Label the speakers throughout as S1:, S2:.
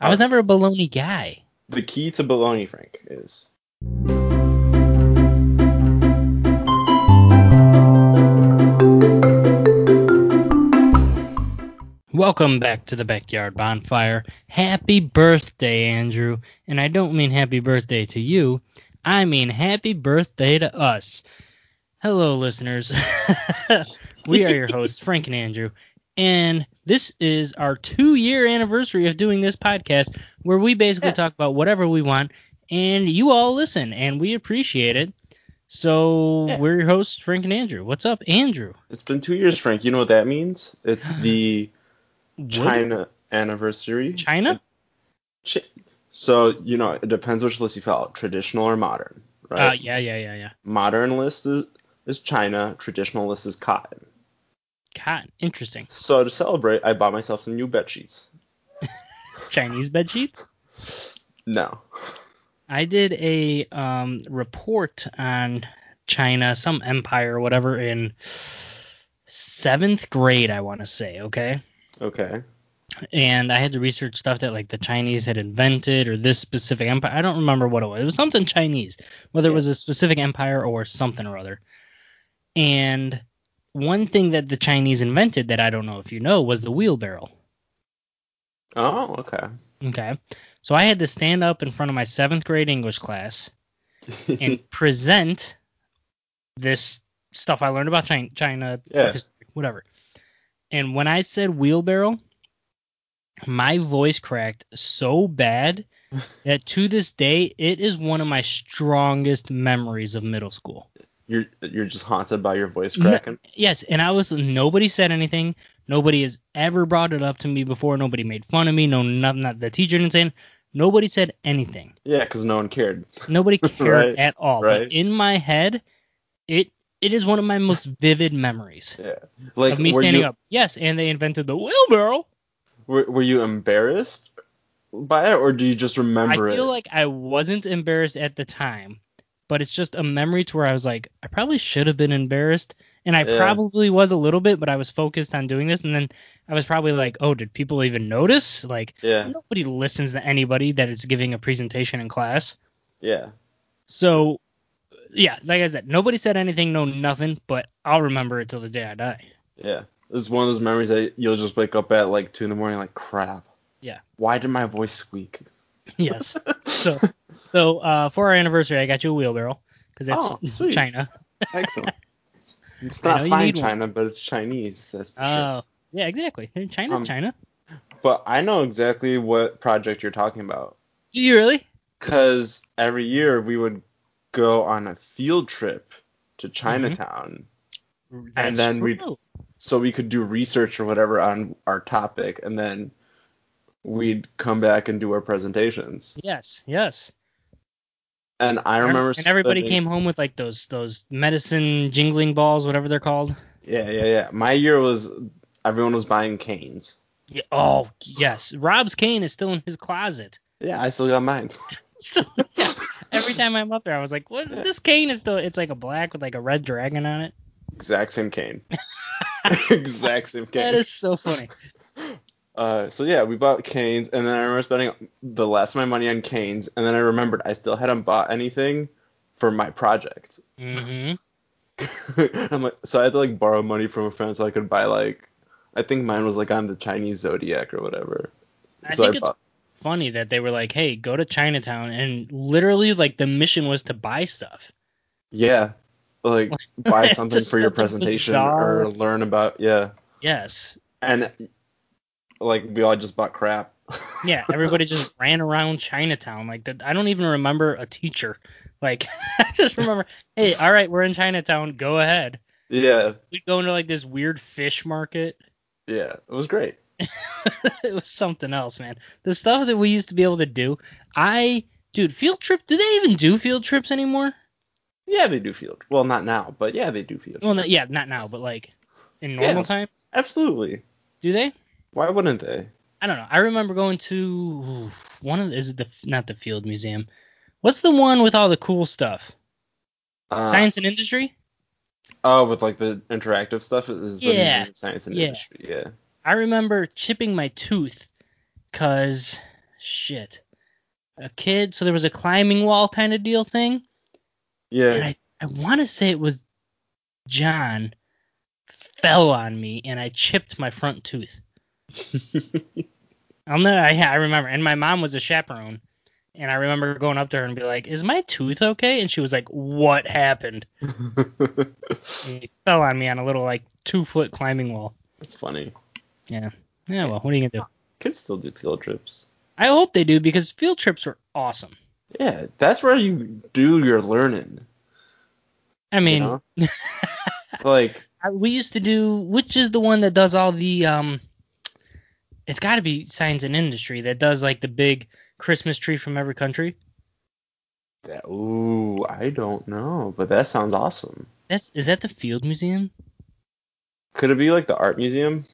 S1: I was never a bologna guy.
S2: The key to bologna, Frank, is
S1: Welcome back to the Backyard Bonfire. Happy birthday, Andrew. And I don't mean happy birthday to you, I mean happy birthday to us. Hello, listeners. we are your hosts, Frank and Andrew. And this is our two year anniversary of doing this podcast where we basically
S2: Yeah.
S1: talk about whatever we want and you all listen and we appreciate it. So
S2: Yeah.
S1: we're your hosts, Frank and Andrew. What's up, Andrew?
S2: it's been two years, Frank. You know what that means? It's the China anniversary.
S1: China?
S2: Chi- So you know it depends which list you follow, traditional or modern,
S1: Uh,
S2: right?
S1: yeah, yeah, yeah, yeah.
S2: modern list is, is China, traditional list is cotton.
S1: Cotton. Interesting.
S2: So to celebrate, I bought myself some new bed sheets.
S1: Chinese bed sheets.
S2: No,
S1: I did a um, report on China, some empire, or whatever, in seventh grade, I want to say, okay?
S2: okay,
S1: And I had to research stuff that like the Chinese had invented or this specific empire. I don't remember what it was. It was something Chinese, whether it
S2: Yeah.
S1: was a specific empire or something or other. And one thing that the Chinese invented that I don't know if you know was the wheelbarrow.
S2: oh okay.
S1: Okay. So I had to stand up in front of my seventh grade English class and present this stuff I learned about China, China
S2: Yeah.
S1: history, whatever. And when I said wheelbarrow, my voice cracked so bad that to this day it is one of my strongest memories of middle school.
S2: you're you're just haunted by your voice
S1: No-
S2: cracking.
S1: yes, and I was nobody said anything. Nobody has ever brought it up to me before. Nobody made fun of me. No, not, not the teacher didn't say. anything. Nobody said anything.
S2: Yeah, 'cause no one cared.
S1: Nobody cared
S2: Right,
S1: at all.
S2: right.
S1: But in my head, it it is one of my most vivid memories
S2: Yeah, like
S1: of me
S2: were
S1: standing
S2: you
S1: up. Yes, and they invented the wheelbarrow.
S2: Were, were you embarrassed by it, or do you just
S1: I
S2: remember
S1: feel
S2: it?
S1: like I wasn't embarrassed at the time, but it's just a memory to where I was like, I probably should have been embarrassed, and I
S2: Yeah.
S1: probably was a little bit, but I was focused on doing this, and then I was probably like, oh, did people even notice? Like,
S2: yeah,
S1: nobody listens to anybody that is giving a presentation in class.
S2: yeah.
S1: So, yeah, like I said, nobody said anything, no nothing, but I'll remember it till the day I die.
S2: Yeah. It's one of those memories that you'll just wake up at like two in the morning, like crap.
S1: Yeah.
S2: Why did my voice squeak?
S1: Yes. so, so uh, for our anniversary, I got you a wheelbarrow because
S2: Oh,
S1: that's
S2: sweet.
S1: China.
S2: Excellent. It's
S1: I know
S2: not
S1: you
S2: fine
S1: need one.
S2: China, but it's Chinese. That's for
S1: Oh, yeah, exactly. China's
S2: Um,
S1: China.
S2: sure. But I know exactly what project you're talking about,
S1: Do you really?
S2: because every year we would go on a field trip to
S1: Mm-hmm.
S2: Chinatown,
S1: That's
S2: then we-
S1: true.
S2: so we could do research or whatever on our topic, and then we'd come back and do our presentations.
S1: Yes, yes.
S2: And I remember.
S1: and everybody
S2: spending-
S1: came home with like those those medicine jingling balls, whatever they're called.
S2: Yeah, yeah, yeah. My year was everyone was buying canes.
S1: Yeah, oh, yes. Rob's cane is still in his closet.
S2: Yeah, I still got mine.
S1: Still, every time I'm up there, I was like, "What? This cane is still? It's like a black with like a red dragon on it."
S2: exact same cane. exact same cane.
S1: That is so funny.
S2: Uh, so yeah, we bought canes, and then I remember spending the last of my money on canes, and then I remembered I still hadn't bought anything for my project.
S1: hmm
S2: I'm like, so I had to like borrow money from a friend so I could buy like, I think mine was like on the Chinese zodiac or whatever.
S1: I
S2: so
S1: think it's funny that they were like, "Hey, go to Chinatown," and literally, like, the mission was to buy stuff.
S2: yeah, like buy
S1: It's
S2: something
S1: just
S2: for your
S1: such a
S2: presentation
S1: bizarre-
S2: or learn about yeah.
S1: Yes.
S2: and like we all just bought crap.
S1: Yeah. Everybody just ran around Chinatown. Like, the, I don't even remember a teacher. Like, I just remember, "Hey, all right, we're in Chinatown. Go ahead."
S2: yeah,
S1: We'd go into like this weird fish market.
S2: yeah, it was great.
S1: it was something else, man. The stuff that we used to be able to do. I, dude, field trip. Do they even do field trips anymore?
S2: Yeah, they do field. Well, not now, but yeah, they do field.
S1: Well, no, yeah, not now, but like in
S2: Yeah.
S1: normal time,
S2: Absolutely.
S1: do they?
S2: Why wouldn't they?
S1: I don't know. I remember going to ooh, one of the, is it the not the Field Museum? What's the one with all the cool stuff?
S2: Uh,
S1: Science and Industry.
S2: Oh, with like the interactive stuff is
S1: Yeah,
S2: the main science and
S1: yeah.
S2: industry. Yeah.
S1: I remember chipping my tooth because shit. A kid, so there was a climbing wall kind of deal thing. And
S2: Yeah.
S1: I, I want to say it was John fell on me and I chipped my front tooth. I'll never, I, I remember. And my mom was a chaperone. And I remember going up to her and be like, Is my tooth okay? And she was like, What happened? And he fell on me on a little, like, two foot climbing wall.
S2: That's funny.
S1: Yeah, well, what are you going to do?
S2: Kids still do field trips.
S1: I hope they do because field trips are awesome.
S2: Yeah, that's where you do your learning.
S1: I
S2: you
S1: mean,
S2: know? like
S1: I, we used to do which is the one that does all the um it's got to be science and industry that does like the big christmas tree from every country
S2: that. Ooh, I don't know, but that sounds awesome.
S1: that's is that the field museum
S2: Could it be like the art museum?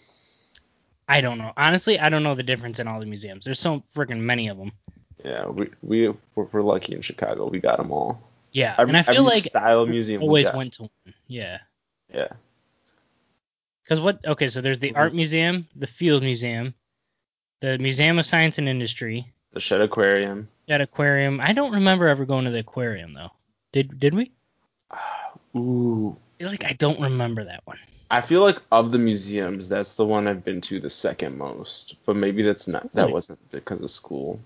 S1: i don't know honestly i don't know the difference in all the museums there's so freaking many of them
S2: Yeah, we we we're, we're lucky in Chicago. We got them all.
S1: yeah
S2: Every,
S1: and i feel
S2: every
S1: like
S2: style museum. we
S1: always
S2: got.
S1: went to one yeah
S2: Yeah.
S1: because what okay so there's the
S2: Mhm.
S1: art museum the field museum the museum of science and industry
S2: The Shed Aquarium.
S1: that aquarium i don't remember ever going to the aquarium though did did we
S2: Ooh,
S1: I feel like i don't remember that one
S2: I feel like of the museums, that's the one I've been to the second most. But maybe that's not that
S1: Really?
S2: wasn't because of school.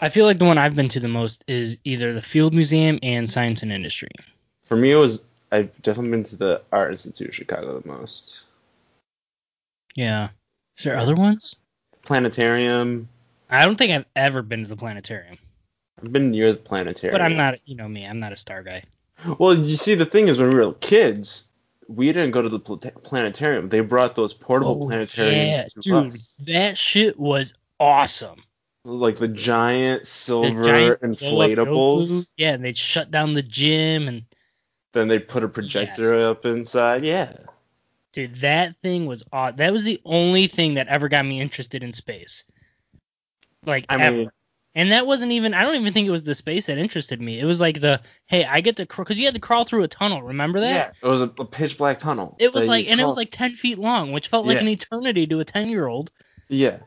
S1: I feel like the one I've been to the most is either the Field Museum and Science and Industry.
S2: For me, it was I've definitely been to the Art Institute of Chicago the most.
S1: Yeah. Is there other ones?
S2: Planetarium.
S1: I don't think I've ever been to the planetarium.
S2: I've been near the planetarium.
S1: But I'm not, you know me, I'm not a star guy.
S2: Well, you see, the thing is, when we were kids, we didn't go to the pl- planetarium. They brought those portable
S1: Oh,
S2: planetariums
S1: yeah,
S2: to
S1: dude,
S2: us,
S1: that shit was awesome.
S2: like the giant
S1: The
S2: silver
S1: giant
S2: inflatables.
S1: Goku- Yeah, and they'd shut down the gym and
S2: Then they put a projector
S1: Yes.
S2: up inside. Yeah.
S1: dude, that thing was aw- that was the only thing that ever got me interested in space. Like
S2: I
S1: ever.
S2: mean,
S1: And that wasn't even I don't even think it was the space that interested me. It was like the hey, I get to cuz you had to crawl through a tunnel, remember that?
S2: yeah, it was a, a pitch black tunnel.
S1: It was
S2: that
S1: like
S2: you
S1: and it was
S2: crawled-
S1: like 10 feet long, which felt like
S2: Yeah.
S1: an eternity to a 10-year-old.
S2: yeah,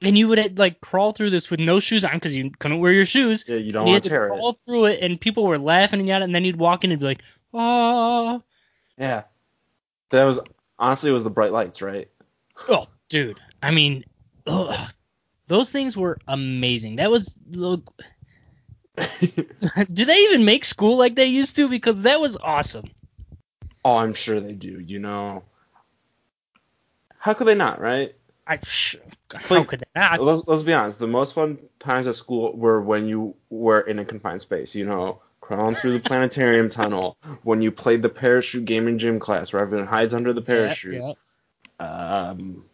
S1: And you would like crawl through this with no shoes on cuz you couldn't wear your shoes.
S2: yeah, you
S1: And
S2: don't
S1: you had
S2: want to
S1: to
S2: tear it.
S1: crawl through it and people were laughing at it and then you'd walk in and be like, "Oh,
S2: Yeah, that was honestly it was the bright lights, right?
S1: oh dude." I mean, ugh. those things were amazing. That was look, do they even make school like they used to because that was awesome.
S2: oh, I'm sure they do. You know, how could they not, right?
S1: I psh, how could they not?
S2: let's, let's be honest. The most fun times at school were when you were in a confined space. You know, crawling through the planetarium tunnel, when you played the parachute game in gym class, where everyone hides under the parachute.
S1: Yeah, yeah.
S2: Um,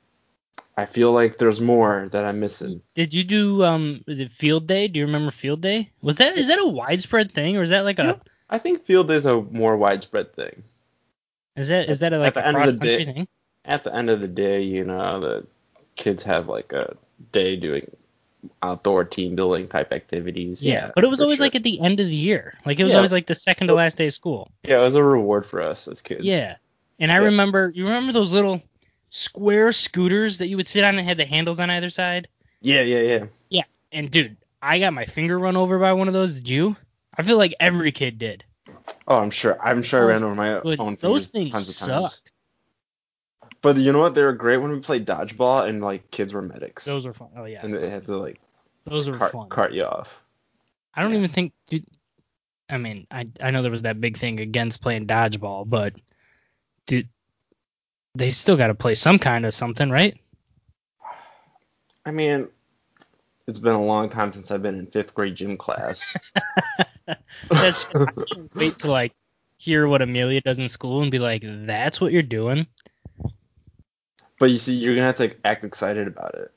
S2: I feel like there's more that I'm missing.
S1: Did you do um the field day? Do you remember field day? Was that is that a widespread thing or is that like a
S2: Yeah. I think field is a more widespread thing.
S1: is that is that a, like
S2: the
S1: a
S2: end of
S1: cross
S2: the
S1: country
S2: day-
S1: thing?
S2: At the end of the day, you know, the kids have like a day doing outdoor team building type activities. Yeah,
S1: but it was
S2: for
S1: always
S2: sure.
S1: like at the end of the year. Like it was
S2: Yeah.
S1: always like the second to last day of school.
S2: yeah, it was a reward for us as kids.
S1: Yeah. And I
S2: Yeah.
S1: remember you remember those little square scooters that you would sit on and had the handles on either side?
S2: yeah, yeah, yeah.
S1: And dude, I got my finger run over by one of those. Did you? I feel like every kid did.
S2: Oh, I'm sure. I'm sure I ran over my
S1: But
S2: own
S1: those
S2: fingers
S1: things
S2: tons of times.
S1: sucked.
S2: But you know what? They were great when we played dodgeball and like kids were medics.
S1: Those were fun. Oh yeah.
S2: and they had to like
S1: Those were
S2: cart,
S1: fun.
S2: cart you off.
S1: I don't
S2: Yeah.
S1: even think. Dude, I mean, I I know there was that big thing against playing dodgeball, but dude, they still got to play some kind of something, right?
S2: I mean, it's been a long time since I've been in fifth grade gym class.
S1: That's, I can't wait to like hear what Amelia does in school and be like, that's what you're doing.
S2: but you see, you're gonna have to act excited about it.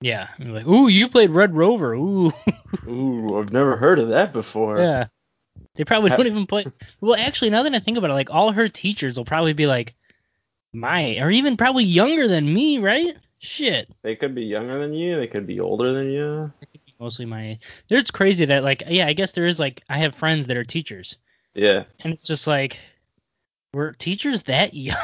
S1: Yeah, and be like, ooh, you played Red Rover. Ooh,
S2: Ooh, I've never heard of that before.
S1: yeah. They probably
S2: Have-
S1: don't even play. Well, actually, now that I think about it, like all her teachers will probably be like, my, or even probably younger than me, right? Shit.
S2: They could be younger than you. They could be older than you.
S1: mostly my age. It's crazy that like yeah, I guess there is like I have friends that are teachers,
S2: Yeah.
S1: and it's just like were teachers that young?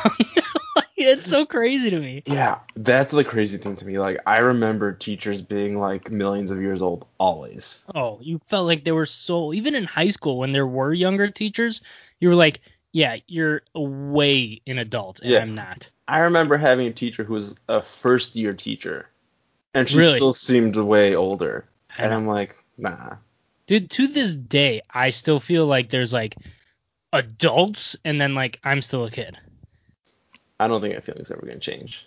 S1: Like, it's so crazy to me.
S2: Yeah, that's the crazy thing to me. Like I remember teachers being like millions of years old always.
S1: Oh, you felt like they were so even in high school when there were younger teachers, you were like, yeah, you're way an adult, and
S2: Yeah.
S1: I'm not.
S2: I remember having a teacher who was a first year teacher, and she
S1: Really?
S2: still seemed way older.
S1: I
S2: And
S1: know.
S2: I'm like, nah.
S1: Dude, to this day, I still feel like there's like adults, and then like I'm still a kid.
S2: I don't think that feeling's ever gonna change.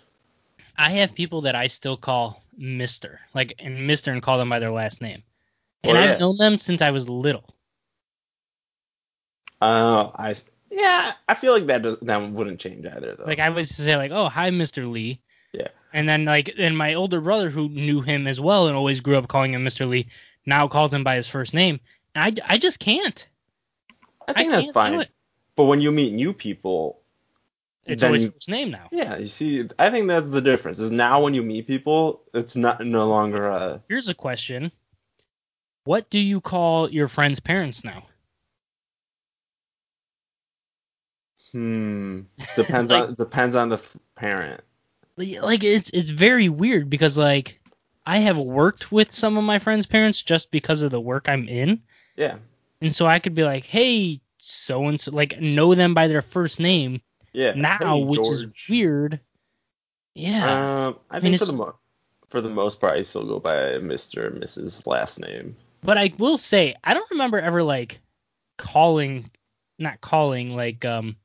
S1: I have people that I still call Mister, like and Mister, and call them by their last name,
S2: Oh,
S1: and
S2: yeah.
S1: I've known them since I was little.
S2: Uh, I s- yeah, I feel like that does, that wouldn't change either though.
S1: Like I would say like, oh hi Mr. Lee.
S2: Yeah.
S1: And then like and my older brother who knew him as well and always grew up calling him Mr. Lee now calls him by his first name. I, I just can't.
S2: I think
S1: can't
S2: that's
S1: do
S2: fine.
S1: it.
S2: But when you meet new people,
S1: It's
S2: then
S1: always
S2: you-
S1: first name now.
S2: yeah, you see, I think that's the difference. Is now when you meet people, it's not no longer a
S1: Here's a question. What do you call your friend's parents now?
S2: hmm. Depends
S1: Like-
S2: on depends on the f- parent.
S1: like it's it's very weird because like I have worked with some of my friends' parents just because of the work I'm in,
S2: Yeah,
S1: and so I could be like, hey, so and so, like know them by their first name
S2: yeah.
S1: now,
S2: Hey,
S1: which
S2: George.
S1: is weird. Yeah,
S2: Um, I
S1: mean,
S2: think for
S1: it's-
S2: the mo- for the most part, I still go by Mister and Mrs. last name.
S1: but I will say I don't remember ever like calling, not calling like um,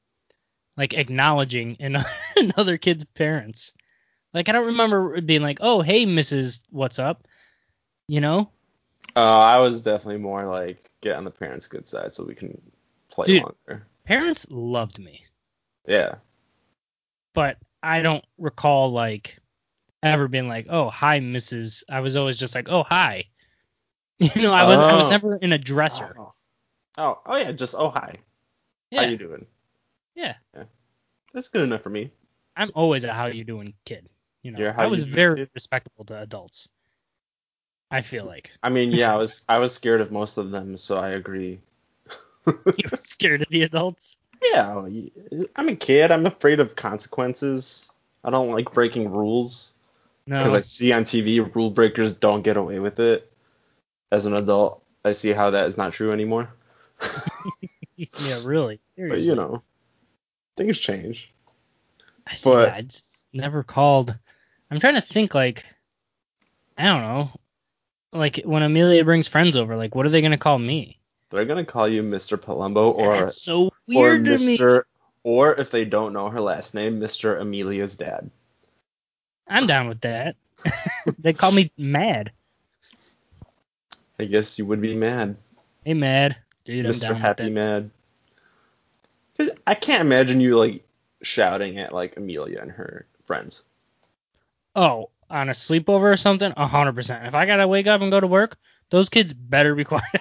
S1: like acknowledging an- another kid's parents. Like I don't remember being like, oh hey Mrs. What's up, you know?
S2: Uh, I was definitely more like get on the parents' good side so we can play
S1: Dude.
S2: longer.
S1: Parents loved me.
S2: Yeah,
S1: but I don't recall like ever being like, oh hi, Mrs. I was always just like, oh hi. You know, I was I was
S2: Oh.
S1: never an addresser.
S2: Oh. oh, oh yeah, just oh hi, how
S1: yeah,
S2: you doing?
S1: yeah.
S2: That's good enough for me.
S1: I'm always a how you doing kid. You know,
S2: You're a how
S1: I
S2: you
S1: was
S2: doing
S1: very
S2: kid?
S1: respectable to adults. I feel like
S2: I mean, yeah, I was I was scared of most of them, so I agree.
S1: you were scared of the adults.
S2: Yeah, well, y- I'm a kid. I'm afraid of consequences. I don't like breaking rules because
S1: No,
S2: I see on TV rule breakers don't get away with it. As an adult, I see how that is not true anymore.
S1: yeah, really.
S2: But
S1: Seriously.
S2: you know, things change.
S1: I-
S2: but-
S1: yeah, I just never called. I'm trying to think like I don't know. Like when Amelia brings friends over, like what are they gonna call me?
S2: They're gonna call you Mr. Palumbo or
S1: That's so
S2: or
S1: weird to me.
S2: Mr. Or if they don't know her last name, Mr. Amelia's dad.
S1: I'm down with that. they call me Mad.
S2: I guess you would be mad.
S1: Hey, Mad. Dude, I'm
S2: Mr.
S1: down
S2: Happy
S1: with
S2: Mad. 'Cause I can't imagine you like shouting at like Amelia and her friends.
S1: that. Oh, on a sleepover or something? 100%. If I got to wake up and go to work, those kids better be quiet.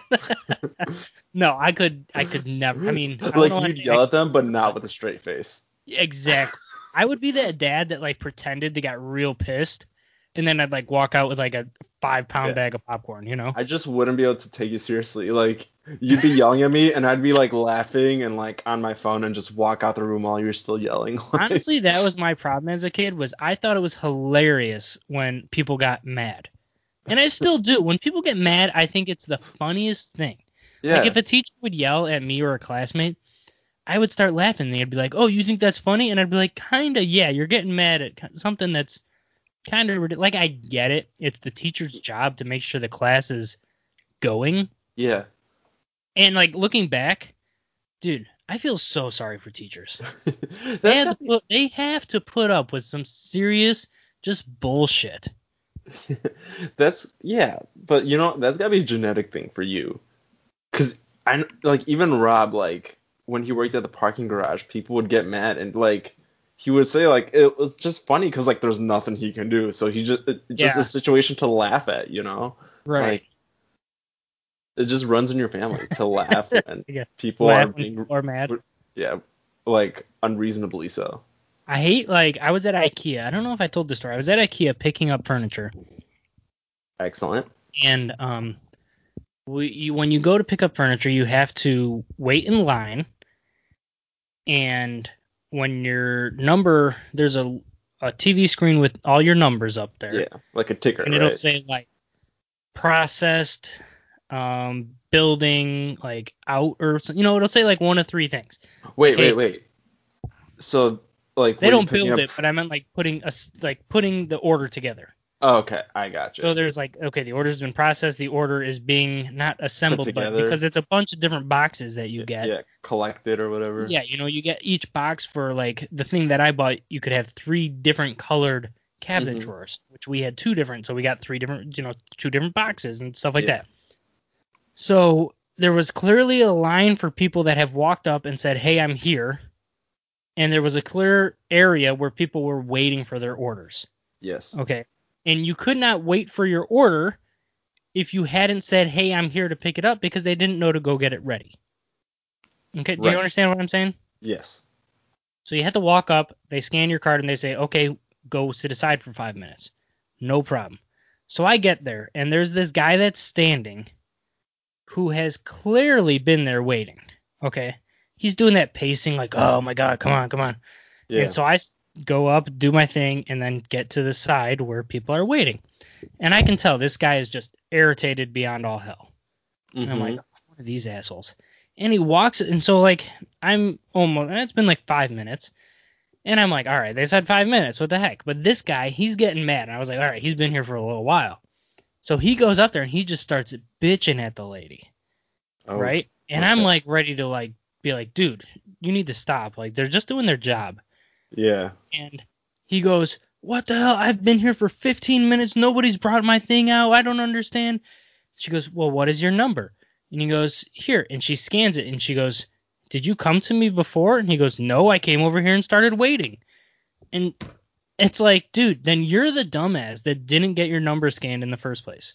S1: no, I could I could never. I mean, I don't know
S2: like
S1: how
S2: you'd
S1: to-
S2: yell at them, but not with a straight face.
S1: Exactly. I would be that dad that like pretended they got real pissed and then I'd like walk out with like a 5 pound
S2: Yeah.
S1: bag of popcorn, you know?
S2: I just wouldn't be able to take you seriously. Like you'd be yelling at me, and I'd be like laughing and like on my phone, and just walk out the room while you're still yelling. Like,
S1: Honestly, that was my problem as a kid was I thought it was hilarious when people got mad. And I still do. When people get mad, I think it's the funniest thing.
S2: yeah,
S1: Like if a teacher would yell at me or a classmate, I would start laughing. They'd be like, "Oh, you think that's funny?" And I'd be like, "Kinda, yeah. You're getting mad at ki- something that's kind of rid- like I get it. It's the teacher's job to make sure the class is going."
S2: yeah.
S1: And like looking back, dude, I feel so sorry for teachers.
S2: That's
S1: They, had
S2: gotta
S1: to
S2: be-
S1: put, they have to put up with some serious just bullshit.
S2: that's yeah, but you know that's gotta be a genetic thing for you, cause I kn- like even Rob like when he worked at the parking garage, people would get mad and like he would say like it was just funny because like there's nothing he can do, so he just it, just
S1: Yeah.
S2: a situation to laugh at, you know,
S1: Right.
S2: Like, it just runs in your family to laugh when
S1: Yeah.
S2: people
S1: Laugh
S2: are
S1: when
S2: being
S1: people are mad.
S2: yeah like unreasonably so.
S1: I hate like I was at IKEA. I don't know if I told this story. I was at IKEA picking up furniture,
S2: Excellent.
S1: and um, we, you, when you go to pick up furniture, you have to wait in line, and when your number there's a a TV screen with all your numbers up there,
S2: Yeah, like a ticker,
S1: and
S2: right?
S1: it'll say like processed, um, building, like out or so- you know it'll say like one of three things.
S2: wait,
S1: okay.
S2: wait, wait. So like
S1: They
S2: were you
S1: don't
S2: picking
S1: build
S2: up-
S1: it, but I meant like putting us like putting the order together.
S2: oh, okay, I got you.
S1: So there's like okay, the order's been processed, the order is being not assembled, but
S2: together.
S1: because it's a bunch of different boxes that you get.
S2: yeah, collected or whatever.
S1: Yeah, you know, you get each box for like the thing that I bought, you could have three different colored cabinet
S2: Mhm.
S1: drawers, which we had two different, so we got three different, you know, two different boxes and stuff like
S2: Yeah.
S1: that. So there was clearly a line for people that have walked up and said, "Hey, I'm here." And there was a clear area where people were waiting for their orders.
S2: Yes.
S1: Okay. And you could not wait for your order if you hadn't said, "Hey, I'm here to pick it up," because they didn't know to go get it ready. Okay, do
S2: Right.
S1: you understand what I'm saying?
S2: Yes.
S1: So you had to walk up, they scan your card, and they say, okay, go sit aside for five minutes. No problem. So I get there, and there's this guy that's standing who has clearly been there waiting. Okay. He's doing that pacing, like, oh my God, come on, come on.
S2: Yeah.
S1: And so I s- go up, do my thing, and then get to the side where people are waiting. And I can tell this guy is just irritated beyond all hell. And I'm
S2: Mhm.
S1: like, what are these assholes? And he walks, and so like I'm almost, and it's been like five minutes, and I'm like, all right, they said five minutes, what the heck? But this guy, he's getting mad, and I was like, all right, he's been here for a little while. So he goes up there and he just starts bitching at the lady,
S2: Oh,
S1: right? And I'm
S2: okay.
S1: like ready to like be like, dude, you need to stop. Like they're just doing their job.
S2: Yeah.
S1: And he goes, What the hell? I've been here for 15 minutes. Nobody's brought my thing out. I don't understand. She goes, Well, what is your number? And he goes, Here. And she scans it and she goes, Did you come to me before? And he goes, No, I came over here and started waiting. And it's like, dude, then you're the dumbass that didn't get your number scanned in the first place.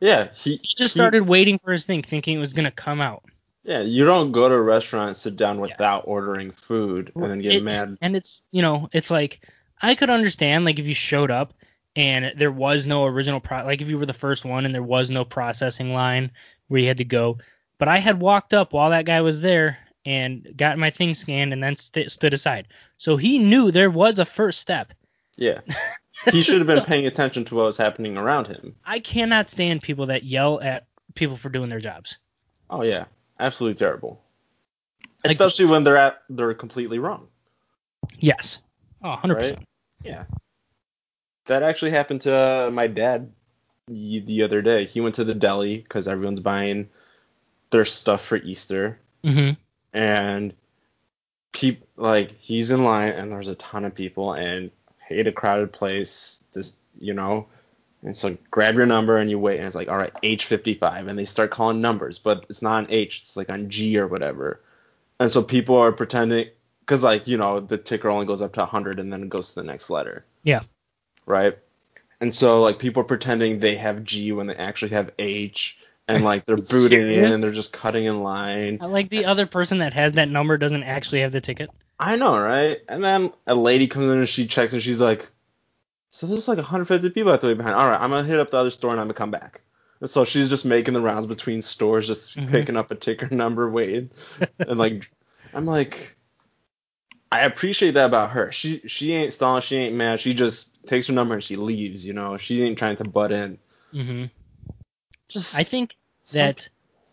S2: Yeah. He,
S1: He just
S2: he-
S1: started waiting for his thing, thinking it was going to come out.
S2: yeah. You don't go to a restaurant, sit down without ordering food, and then get
S1: It-
S2: mad.
S1: And it's you know, it's like I could understand like if you showed up and there was no original pro like if you were the first one and there was no processing line where you had to go. But I had walked up while that guy was there and got my thing scanned and then st- stood aside. So he knew there was a first step.
S2: Yeah. He should have been paying attention to what was happening around him.
S1: I cannot stand people that yell at people for doing their jobs.
S2: Oh yeah, absolutely terrible.
S1: Like-
S2: Especially when they're at they're completely wrong.
S1: Yes. Oh, 100%.
S2: Yeah. That actually happened to uh, my dad y- the other day. He went to the deli because everyone's buying their stuff for Easter,
S1: Mhm.
S2: and peop like he's in line, and there's a ton of people, and hate a crowded place. This, you know. And so grab your number and you wait, and it's like, all right, H55, and they start calling numbers, but it's not an H, it's like on G or whatever. And so people are pretending, because like you know, the ticker only goes up to 100 and then it goes to the next letter
S1: Yeah.
S2: right? And so like people are pretending they have G when they actually have H, and like they're booting
S1: serious?
S2: in and they're just cutting in line.
S1: I like the other person that has that number doesn't actually have the ticket.
S2: I know, right? And then a lady comes in and she checks and she's like, "So there's like 150 people at the way behind. All right, I'm gonna hit up the other store and I'm gonna come back." And so she's just making the rounds between stores, just
S1: Mhm.
S2: picking up a ticker number, waiting, and like, I'm like. I appreciate that about her. She she ain't stalling, she ain't mad. She just takes her number and she leaves. You know, she ain't trying to butt in.
S1: Mhm.
S2: Just
S1: I think
S2: some-
S1: that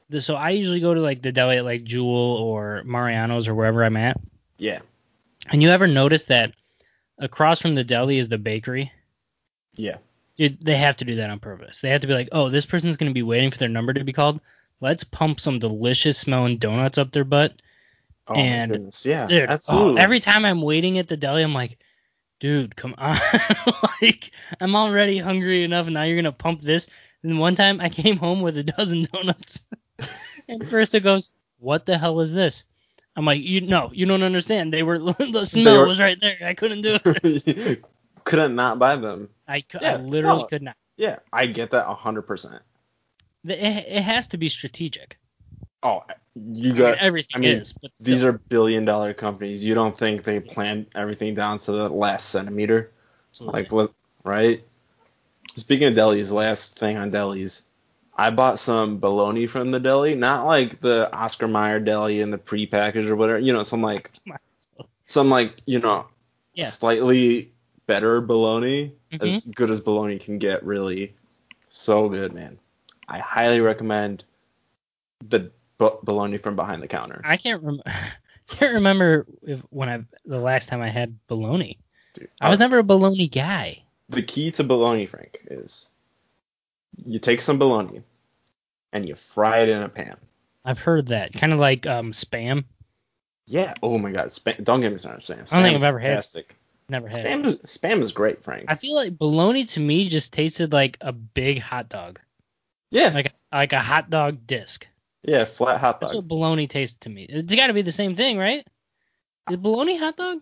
S1: the, so I usually go to like the deli at like Jewel or Mariano's or wherever I'm at.
S2: yeah,
S1: And you ever notice that across from the deli is the bakery?
S2: yeah,
S1: Dude, they have to do that on purpose. They have to be like, oh, this person's gonna be waiting for their number to be called. Let's pump some delicious smelling donuts up their butt.
S2: oh
S1: And-
S2: my goodness, yeah,
S1: Dude, oh,
S2: absolutely.
S1: every time I'm waiting at the deli, I'm like, dude, come on. like, I'm already hungry enough, and now you're gonna pump this. And one time I came home with a dozen donuts, and Carissa goes, "What the hell is this?" I'm like, "You no, you don't understand. They were the smell
S2: were-
S1: was right there. I couldn't do it.
S2: couldn't not buy them.
S1: I, cou- I
S2: Yeah,
S1: literally
S2: no.
S1: could not.
S2: Yeah, I get that hundred percent.
S1: The- It, it has to be strategic.
S2: Oh, you
S1: I mean,
S2: got
S1: everything
S2: I mean,
S1: is, but
S2: these are billion dollar companies. You don't think they plan everything down to the last centimeter? Like what? Right. Speaking of delis, last thing on delis, I bought some bologna from the deli, not like the Oscar Mayer deli in the prepackage or whatever. You know, some like some like you know
S1: Yeah.
S2: slightly better bologna,
S1: Mhm.
S2: as good as bologna can get, really. So good, man. I highly recommend the bo- bologna from behind the counter.
S1: I can't rem- can't remember if, when I the last time I had bologna.
S2: Dude,
S1: I was never a bologna guy.
S2: the key to bologna, Frank, is you take some bologna and you fry it in a pan.
S1: I've heard that kind of like um spam.
S2: Yeah. Oh my God. Spam, don't get me started
S1: I
S2: on spam.
S1: don't think
S2: Spam's
S1: I've ever had it.
S2: fantastic.
S1: Never had.
S2: Spam
S1: it.
S2: is spam is great, Frank.
S1: I feel like bologna to me just tasted like a big hot dog,
S2: yeah.
S1: like like a hot dog disc.
S2: yeah. Flat hot
S1: That's
S2: dog.
S1: what bologna tastes to me. It's got to be the same thing, right? Is bologna hot dog?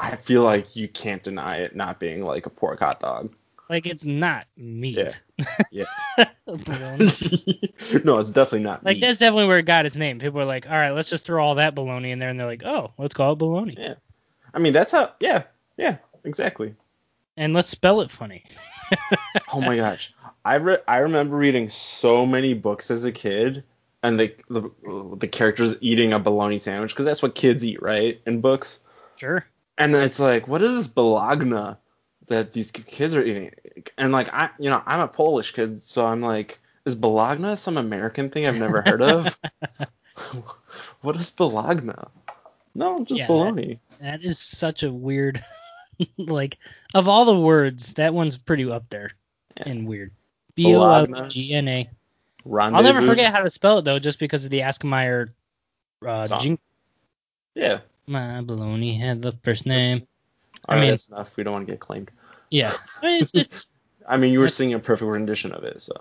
S2: I feel like you can't deny it not being like a pork hot dog.
S1: Like it's not meat.
S2: Yeah.
S1: bologna.
S2: no, it's definitely not
S1: Like
S2: meat.
S1: that's definitely where it got its name. People were like, all right, let's just throw all that bologna in there, and they're like, oh, let's call it bologna,
S2: Yeah. I mean, that's how. Yeah. Yeah. Exactly.
S1: and let's spell it funny.
S2: Oh my gosh. I re- I remember reading so many books as a kid, and the the, the characters eating a bologna sandwich because that's what kids eat, right? In books.
S1: Sure.
S2: And then it's like, what is this bologna that these kids are eating? And like, I you know, I'm a Polish kid, so I'm like, is bologna some American thing I've never heard of? what is bologna? No, just
S1: Yeah, that-
S2: bologna.
S1: That is such a weird, like, of all the words, that one's pretty up there and weird. B o l g n a. I'll never
S2: Rendezvous.
S1: forget how to spell it though, just because of the Askmeyer. Uh,
S2: Song.
S1: jing-
S2: Yeah.
S1: my bologna had the first name. I
S2: I mean,
S1: mean-
S2: that's enough. We don't want to get claimed.
S1: Yeah, I mean, it's, it's
S2: I mean, you were singing a perfect rendition of it, so.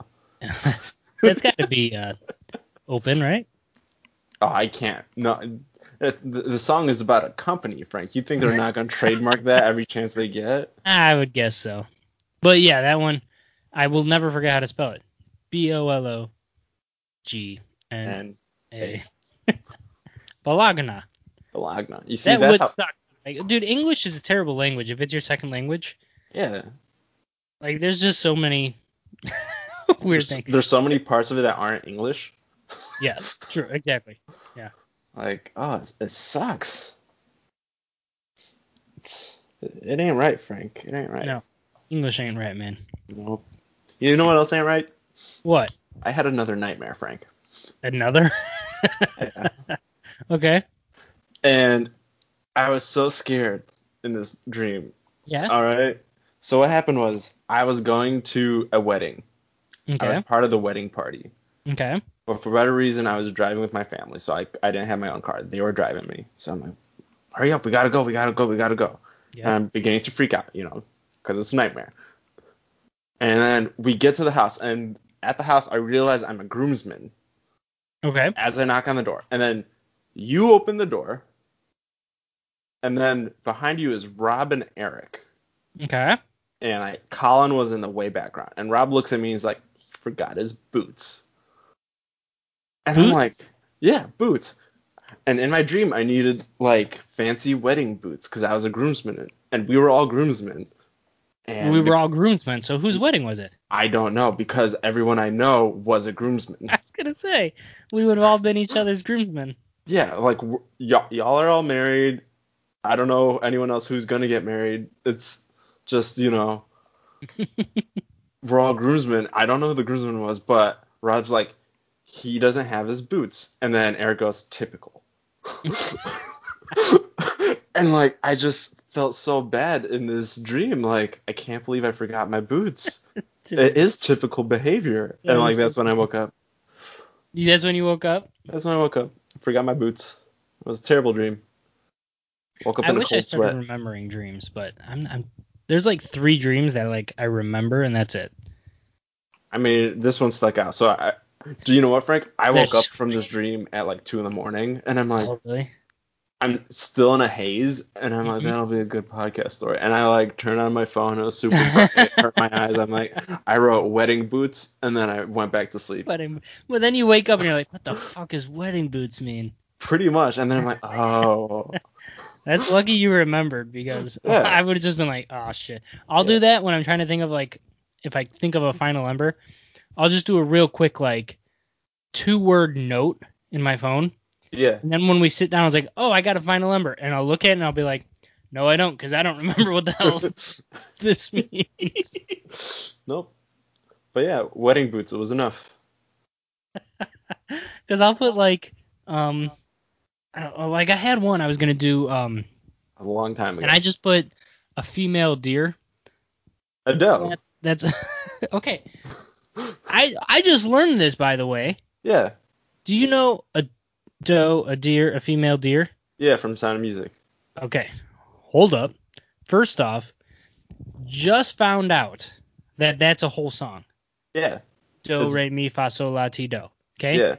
S1: it's got to be uh, open, right?
S2: Oh, I can't. No, it, the, the song is about a company, Frank. You think they're not going to trademark that every chance they get?
S1: I would guess so. But yeah, that one I will never forget how to spell it. B O L O G N
S2: And
S1: A. Balagana.
S2: Bologna. You see,
S1: That
S2: that's
S1: would
S2: how.
S1: suck. Like, dude, English is a terrible language. If it's your second language,
S2: Yeah.
S1: like there's just so many weird
S2: There's,
S1: things.
S2: there's so many parts of it that aren't English.
S1: Yeah, true, exactly.
S2: Like, oh, it, it sucks. It's, it, it ain't right, Frank. It ain't right.
S1: No. English ain't right, man.
S2: Nope. You know what else ain't right?
S1: What?
S2: I had another nightmare, Frank.
S1: Another?
S2: Yeah.
S1: okay.
S2: and I was so scared in this dream.
S1: Yeah.
S2: All right. So what happened was I was going to a wedding. I was
S1: Okay.
S2: part of the wedding party.
S1: Okay.
S2: But for whatever reason, I was driving with my family, so I, I didn't have my own car. They were driving me, so I'm like, "Hurry up, we gotta go, we gotta go, we gotta go." And
S1: Yeah.
S2: I'm beginning to freak out, you know, because it's a nightmare. And then we get to the house, and at the house, I realize I'm a groomsman
S1: Okay.
S2: as I knock on the door. And then you open the door, and then behind you is Rob and Eric.
S1: Okay.
S2: and I Colin was in the way background. And Rob looks at me and he's like, he forgot his boots. And I'm
S1: Boots?
S2: like, yeah, boots. And in my dream, I needed like fancy wedding boots because I was a groomsman, and we were all groomsmen. And
S1: we were all groomsmen, so whose wedding was it?
S2: I don't know because everyone I know was a groomsman.
S1: I was gonna say we would have all been each other's groomsmen.
S2: yeah, like w- y'all, y'all are all married. I don't know anyone else who's gonna get married. It's just you know, we're all groomsmen. I don't know who the groomsman was, but Rob's like, he doesn't have his boots, and then Eric goes, typical. and like, I just felt so bad in this dream. Like, I can't believe I forgot my boots. it is typical behavior,
S1: Yeah,
S2: and like
S1: this
S2: that's
S1: is-
S2: when I woke up.
S1: That's when you woke up.
S2: That's when I woke up. I forgot my boots. It was a terrible dream. Woke up
S1: I
S2: in a
S1: wish I
S2: cold
S1: started
S2: sweat.
S1: remembering dreams, but I'm, I'm there's like three dreams that like I remember and that's it.
S2: I mean, this one stuck out. So I, do you know what, Frank? I woke up
S1: That's-
S2: from this dream at like two in the morning, and I'm like,
S1: Oh, really?
S2: I'm still in a haze, and I'm like,
S1: Mhm.
S2: that'll be a good podcast story. And I like turn on my phone, it was super bright, it hurt my eyes. I'm like, I wrote wedding boots, and then I went back to sleep.
S1: But I'm, well, then you wake up and you're like, what the fuck is wedding boots mean?
S2: Pretty much, and then I'm like, oh,
S1: That's lucky you remembered because
S2: Yeah.
S1: I would have just been like, oh shit. I'll
S2: Yeah.
S1: do that when I'm trying to think of like, if I think of a final ember, I'll just do a real quick like two word note in my phone
S2: Yeah.
S1: And then when we sit down, I was like, oh, I got a final number. And I'll look at it and I'll be like, no, I don't, because I don't remember what the hell this means.
S2: nope. But yeah, wedding boots. It was enough.
S1: Because I'll put like, um, I don't know, like I had one I was gonna do, um,
S2: A long time ago.
S1: and I just put a female deer.
S2: Adele.
S1: That's okay. I I just learned this by the way.
S2: Yeah.
S1: Do you know a doe, a deer, a female deer?
S2: Yeah, from Sound of Music.
S1: Okay, hold up. First off, just found out that that's a whole song.
S2: Yeah.
S1: Do
S2: It's-
S1: re mi fa sol la ti do. Okay.
S2: Yeah.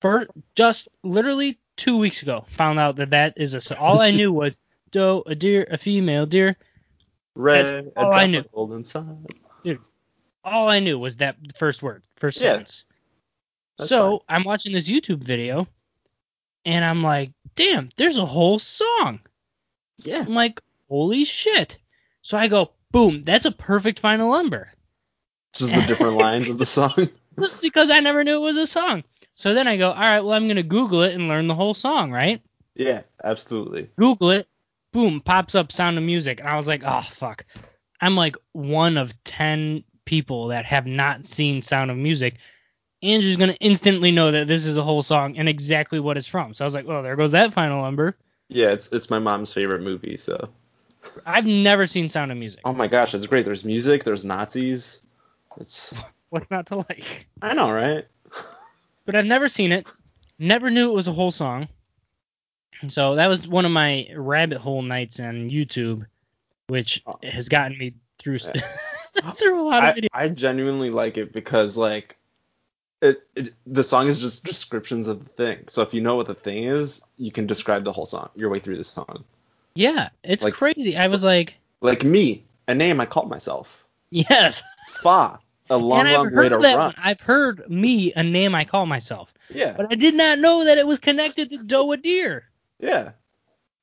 S1: For just literally two weeks ago, found out that that is a. s- All I knew was doe, a deer, a female deer.
S2: Red.
S1: all I knew.
S2: Golden sun.
S1: All I knew was that first word, first
S2: Yeah.
S1: sentence.
S2: That's
S1: so I'm watching this YouTube video, and I'm like, damn, there's a whole song.
S2: Yeah.
S1: I'm like, holy shit. So I go, boom, that's a perfect final number.
S2: Just the different lines of the song.
S1: Just because I never knew it was a song. So then I go, all right, well, I'm going to Google it and learn the whole song, right?
S2: Yeah, absolutely.
S1: Google it, boom, pops up Sound of Music. And I was like, oh, fuck. I'm like one of 10 people that have not seen Sound of Music. Andrew's going to instantly know that this is a whole song and exactly what it's from. So I was like, well, there goes that final number.
S2: Yeah, it's it's my mom's favorite movie, so.
S1: I've never seen Sound of Music.
S2: Oh my gosh, it's great. There's music, there's Nazis. It's
S1: What's not to like?
S2: I know, right?
S1: But I've never seen it. Never knew it was a whole song. And So that was one of my rabbit hole nights on YouTube, which
S2: Oh.
S1: has gotten me through through a lot of
S2: I,
S1: videos.
S2: I genuinely like it because like it, it the song is just descriptions of the thing. So if you know what the thing is, you can describe the whole song your way through the song.
S1: Yeah, it's
S2: like-
S1: crazy. I was like,
S2: Like me, a name I called myself.
S1: yes.
S2: Fa, a long
S1: and I've
S2: long way
S1: heard
S2: to
S1: that
S2: run.
S1: one. I've heard me a name I call myself,
S2: Yeah,
S1: but I did not know that it was connected to Doa Deer.
S2: yeah.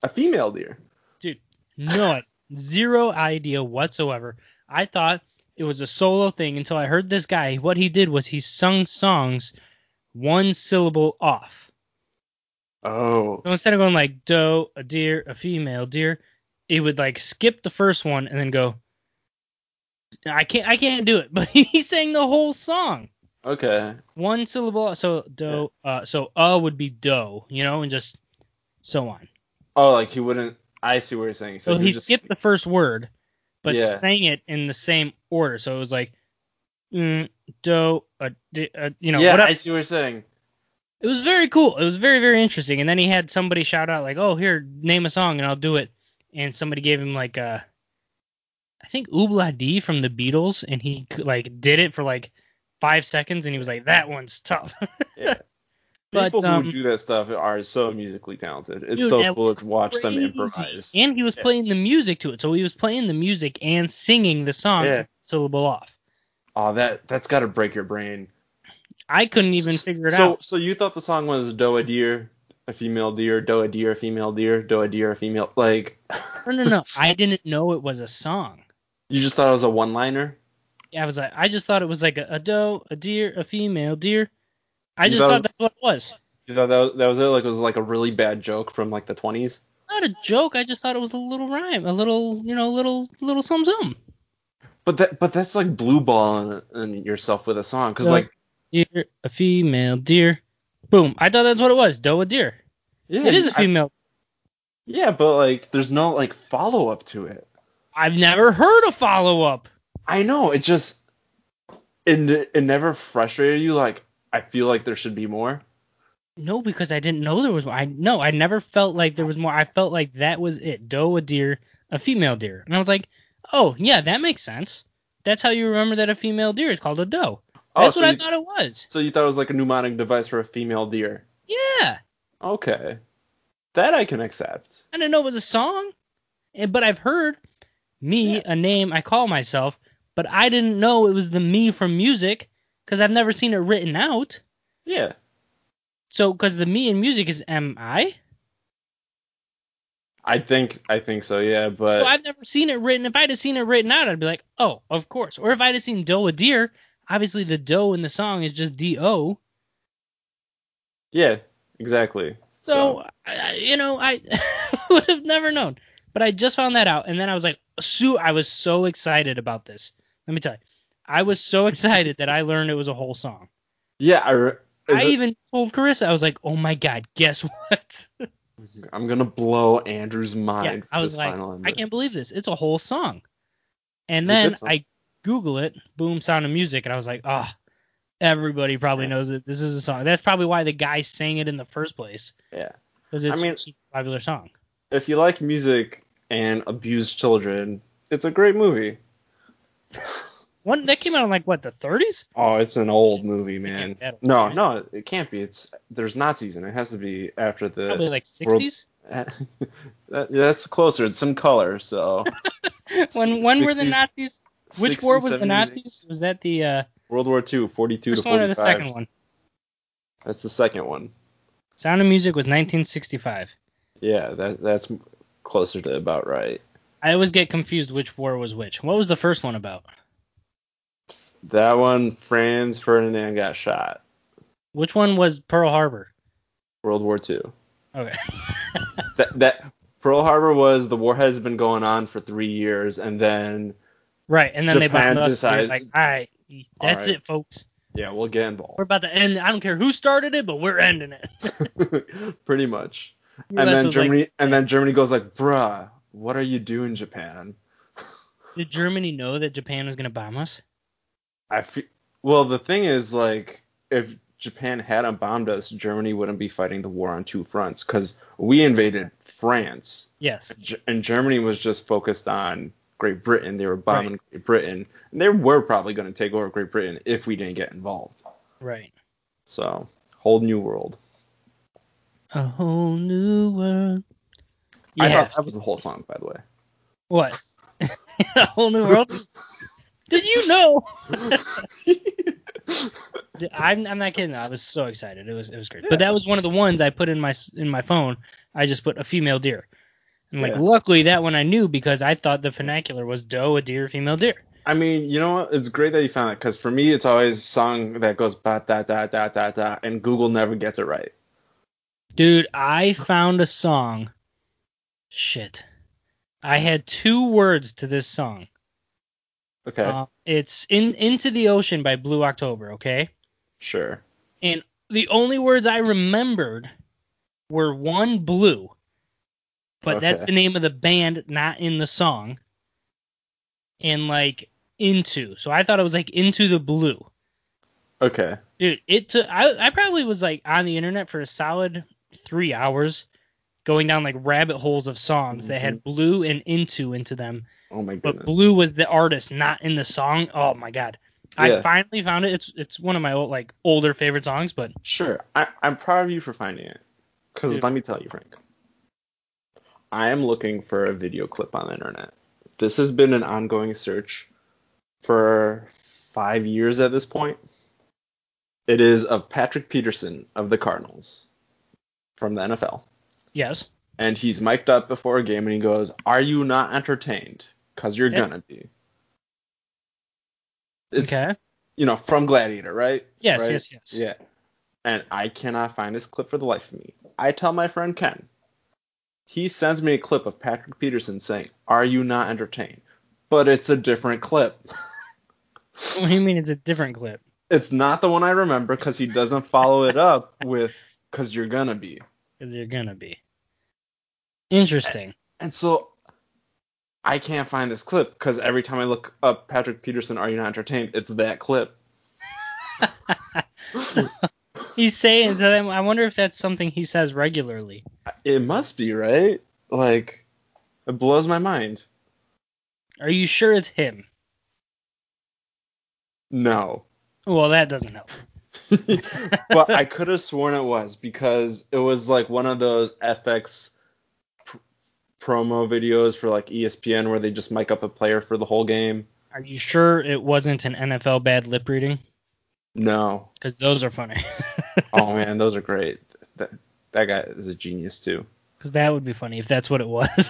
S2: A female deer.
S1: No, I- zero idea whatsoever. I thought it was a solo thing until I heard this guy. What he did was he sung songs one syllable off.
S2: Oh.
S1: So instead of going like doe, a deer, a female deer, it would like skip the first one and then go. I can't, I can't do it. But he sang the whole song,
S2: Okay.
S1: one syllable. So doe, uh, so uh would be doe, you know, and just so on.
S2: Oh, like he wouldn't. I see what you're saying. So,
S1: So
S2: he
S1: he
S2: just,
S1: skipped the first word, but
S2: Yeah.
S1: sang it in the same order. So it was like, mm, do, uh, di- uh, you know,
S2: yeah,
S1: whatever.
S2: I see what you're saying.
S1: It was very cool. It was very, very interesting. And then he had somebody shout out, like, oh, here, name a song and I'll do it. And somebody gave him, like, uh, I think Ubla D from the Beatles. And he, like, did it for, like, five seconds. And he was like, that one's tough.
S2: Yeah.
S1: But,
S2: People
S1: um,
S2: who do that stuff are so musically talented. It's
S1: Dude,
S2: so
S1: that
S2: cool to watch them
S1: crazy.
S2: improvise.
S1: and he was
S2: Yeah.
S1: playing the music to it. So he was playing the music and singing the song
S2: Yeah.
S1: syllable off.
S2: Oh, that that's gotta break your brain.
S1: I couldn't even figure it
S2: so,
S1: out.
S2: So you thought the song was doe a deer, a female deer, doe a deer, a female deer, doe a deer, a female. Like
S1: No, no, no. I didn't know it was a song.
S2: you just thought it was a one liner.
S1: I was like, I just thought it was like a, a doe, a deer, a female deer. I
S2: You
S1: just
S2: thought
S1: thought
S2: it-
S1: that's what it was.
S2: You thought that was, that was it. Like it was like a really bad joke from like the 20s.
S1: Not a joke. I just thought it was a little rhyme, a little, you know, little, little some some.
S2: But that but that's like blue balling in yourself with a song because
S1: Yeah.
S2: like
S1: Deer, a female deer. Boom. I thought that's what it was. Doe, a deer.
S2: yeah
S1: it is a
S2: I-
S1: female.
S2: yeah, but like there's no like follow up to it.
S1: I, have never heard a follow up.
S2: I know it just it ne- it never frustrated you like I feel like there should be more.
S1: No, because I didn't know there was one. I no, I never felt like there was more. I felt like that was it. Doe, a deer, a female deer, and I was like, oh yeah, that makes sense. That's how you remember that a female deer is called a doe.
S2: Oh,
S1: That's
S2: so
S1: what
S2: you,
S1: I thought it was.
S2: so you thought it was like a mnemonic device for a female deer.
S1: Yeah,
S2: Okay. That I can accept.
S1: I didn't know it was a song, and but I've heard me a name I call myself, but I didn't know it was the me from music because I've never seen it written out.
S2: Yeah.
S1: So because the me in music is M I,
S2: I think I think so, yeah, but
S1: So I've never seen it written. If I'd have seen it written out, I'd be like, oh, of course. Or if I'd have seen doe a deer, obviously the doe in the song is just D O.
S2: yeah, exactly.
S1: So, I I- you know, I would have never known. But I just found that out, and then I was like, "Sue, I was so excited about this." Let me tell you, I was so excited that I learned it was a whole song.
S2: yeah, I. Re- is
S1: I
S2: it-
S1: even told Carissa, I was like, "Oh my god, guess what?"
S2: I'm gonna blow Andrew's
S1: yeah,
S2: mind. for
S1: I was
S2: this
S1: like,
S2: final
S1: "I
S2: ending.
S1: can't believe this. It's a whole song." And
S2: It's a good
S1: then
S2: song.
S1: I Google it, boom, Sound of Music, and I was like, "Oh, everybody probably
S2: Yeah.
S1: knows that this is a song." That's probably why the guy sang it in the first place,
S2: Yeah.
S1: because
S2: I
S1: it's
S2: mean-
S1: such a popular song.
S2: If you like music and abused children, it's a great movie.
S1: One that came out in like what the 30s?
S2: Oh, it's an old movie, man.
S1: that old,
S2: No,
S1: right?
S2: no, it can't be. It's there's Nazis in it. It has to be after the.
S1: Probably like 60s.
S2: that, that's closer. It's some color, so.
S1: when when were the
S2: 60s,
S1: Nazis? Which war
S2: 60s,
S1: was the
S2: 70s,
S1: Nazis? Was that the uh,
S2: World War II, 42
S1: first
S2: to
S1: one
S2: 45.
S1: or the second one?
S2: That's the second one.
S1: Sound of Music was 1965.
S2: Yeah, that that's closer to about right.
S1: I always get confused which war was which. What was the first one about?
S2: That one, Franz Ferdinand got shot.
S1: Which one was Pearl Harbor?
S2: World War II.
S1: Okay.
S2: That that Pearl Harbor was the war has been going on for three years, and then
S1: Right, and then
S2: Japan
S1: they bombed us. and they were
S2: decides-
S1: like, all right, that's
S2: right.
S1: it, folks.
S2: yeah, we'll get
S1: We're
S2: involved.
S1: about to end. I don't care who started it, but we're ending it.
S2: Pretty much.
S1: The
S2: And
S1: rest
S2: then
S1: was like,
S2: Germany, and then Germany goes like, bruh, what are you doing, Japan?
S1: did Germany know that Japan was gonna bomb us?
S2: I fe- well, the thing is, like, if Japan hadn't bombed us, Germany wouldn't be fighting the war on two fronts because we invaded France,
S1: Yes.
S2: G- and Germany was just focused on Great Britain. They were bombing Great Britain, and they were probably going to take over Great Britain if we didn't get involved.
S1: Right.
S2: So, whole new world.
S1: A whole new world. Yeah.
S2: I thought that was the whole song, by the way.
S1: What? a whole new world? Did you know? I'm, I'm not kidding. I was so excited. It was it was great. But
S2: Yeah.
S1: that was one of the ones I put in my s- in my phone. I just put a female deer. And like
S2: Yeah.
S1: luckily that one I knew because I thought the vernacular was doe, a deer, female deer.
S2: I mean, you know what? It's great that you found it because for me, it's always song that goes ba da da da da da, and Google never gets it right.
S1: Dude, I found a song. Shit. I had two words to this song.
S2: Okay,
S1: Uh, it's in Into the Ocean by Blue October, okay?
S2: sure.
S1: And the only words I remembered were one blue, but that's
S2: Okay.
S1: the name of the band, not in the song. And like into, so I thought it was like into the blue,
S2: Okay.
S1: dude. It took I, I probably was like on the internet for a solid three hours, going down like rabbit holes of songs that
S2: Mm-hmm.
S1: had blue and into into them,
S2: Oh my
S1: but
S2: goodness.
S1: blue was the artist, not in the song. Oh my god. I
S2: Yeah.
S1: finally found it. It's it's one of my old, like older favorite songs, but
S2: Sure. I, I'm proud of you for finding it. Because
S1: Yeah.
S2: let me tell you, Frank. I am looking for a video clip on the internet. This has been an ongoing search for five years at this point. It is of Patrick Peterson of the Cardinals from the NFL.
S1: yes.
S2: And he's mic'd up before a game and he goes, Are you not entertained? Because you're
S1: Yes.
S2: going to be. It's,
S1: okay.
S2: you know, from Gladiator, right?
S1: Yes,
S2: Right?
S1: yes, yes.
S2: Yeah. And I cannot find this clip for the life of me. I tell my friend Ken. He sends me a clip of Patrick Peterson saying, Are you not entertained? But it's a different clip.
S1: What do you mean it's a different clip?
S2: It's not the one I remember because he doesn't follow it up with, Because you're going to be.
S1: Because you're gonna be. Interesting.
S2: And so I can't find this clip because every time I look up Patrick Peterson, Are You Not Entertained? It's that clip.
S1: He's saying so then I wonder if that's something he says regularly.
S2: It must be, right? Like, it blows my mind.
S1: Are you sure it's him?
S2: No.
S1: Well that doesn't help.
S2: but I could have sworn it was because it was like one of those FX pr- promo videos for like E ESPN where they just mic up a player for the whole game.
S1: Are you sure it wasn't an NFL bad lip reading?
S2: No.
S1: Because those are funny.
S2: Oh man, those are great. That that guy is a genius too.
S1: Because that would be funny if that's what it was.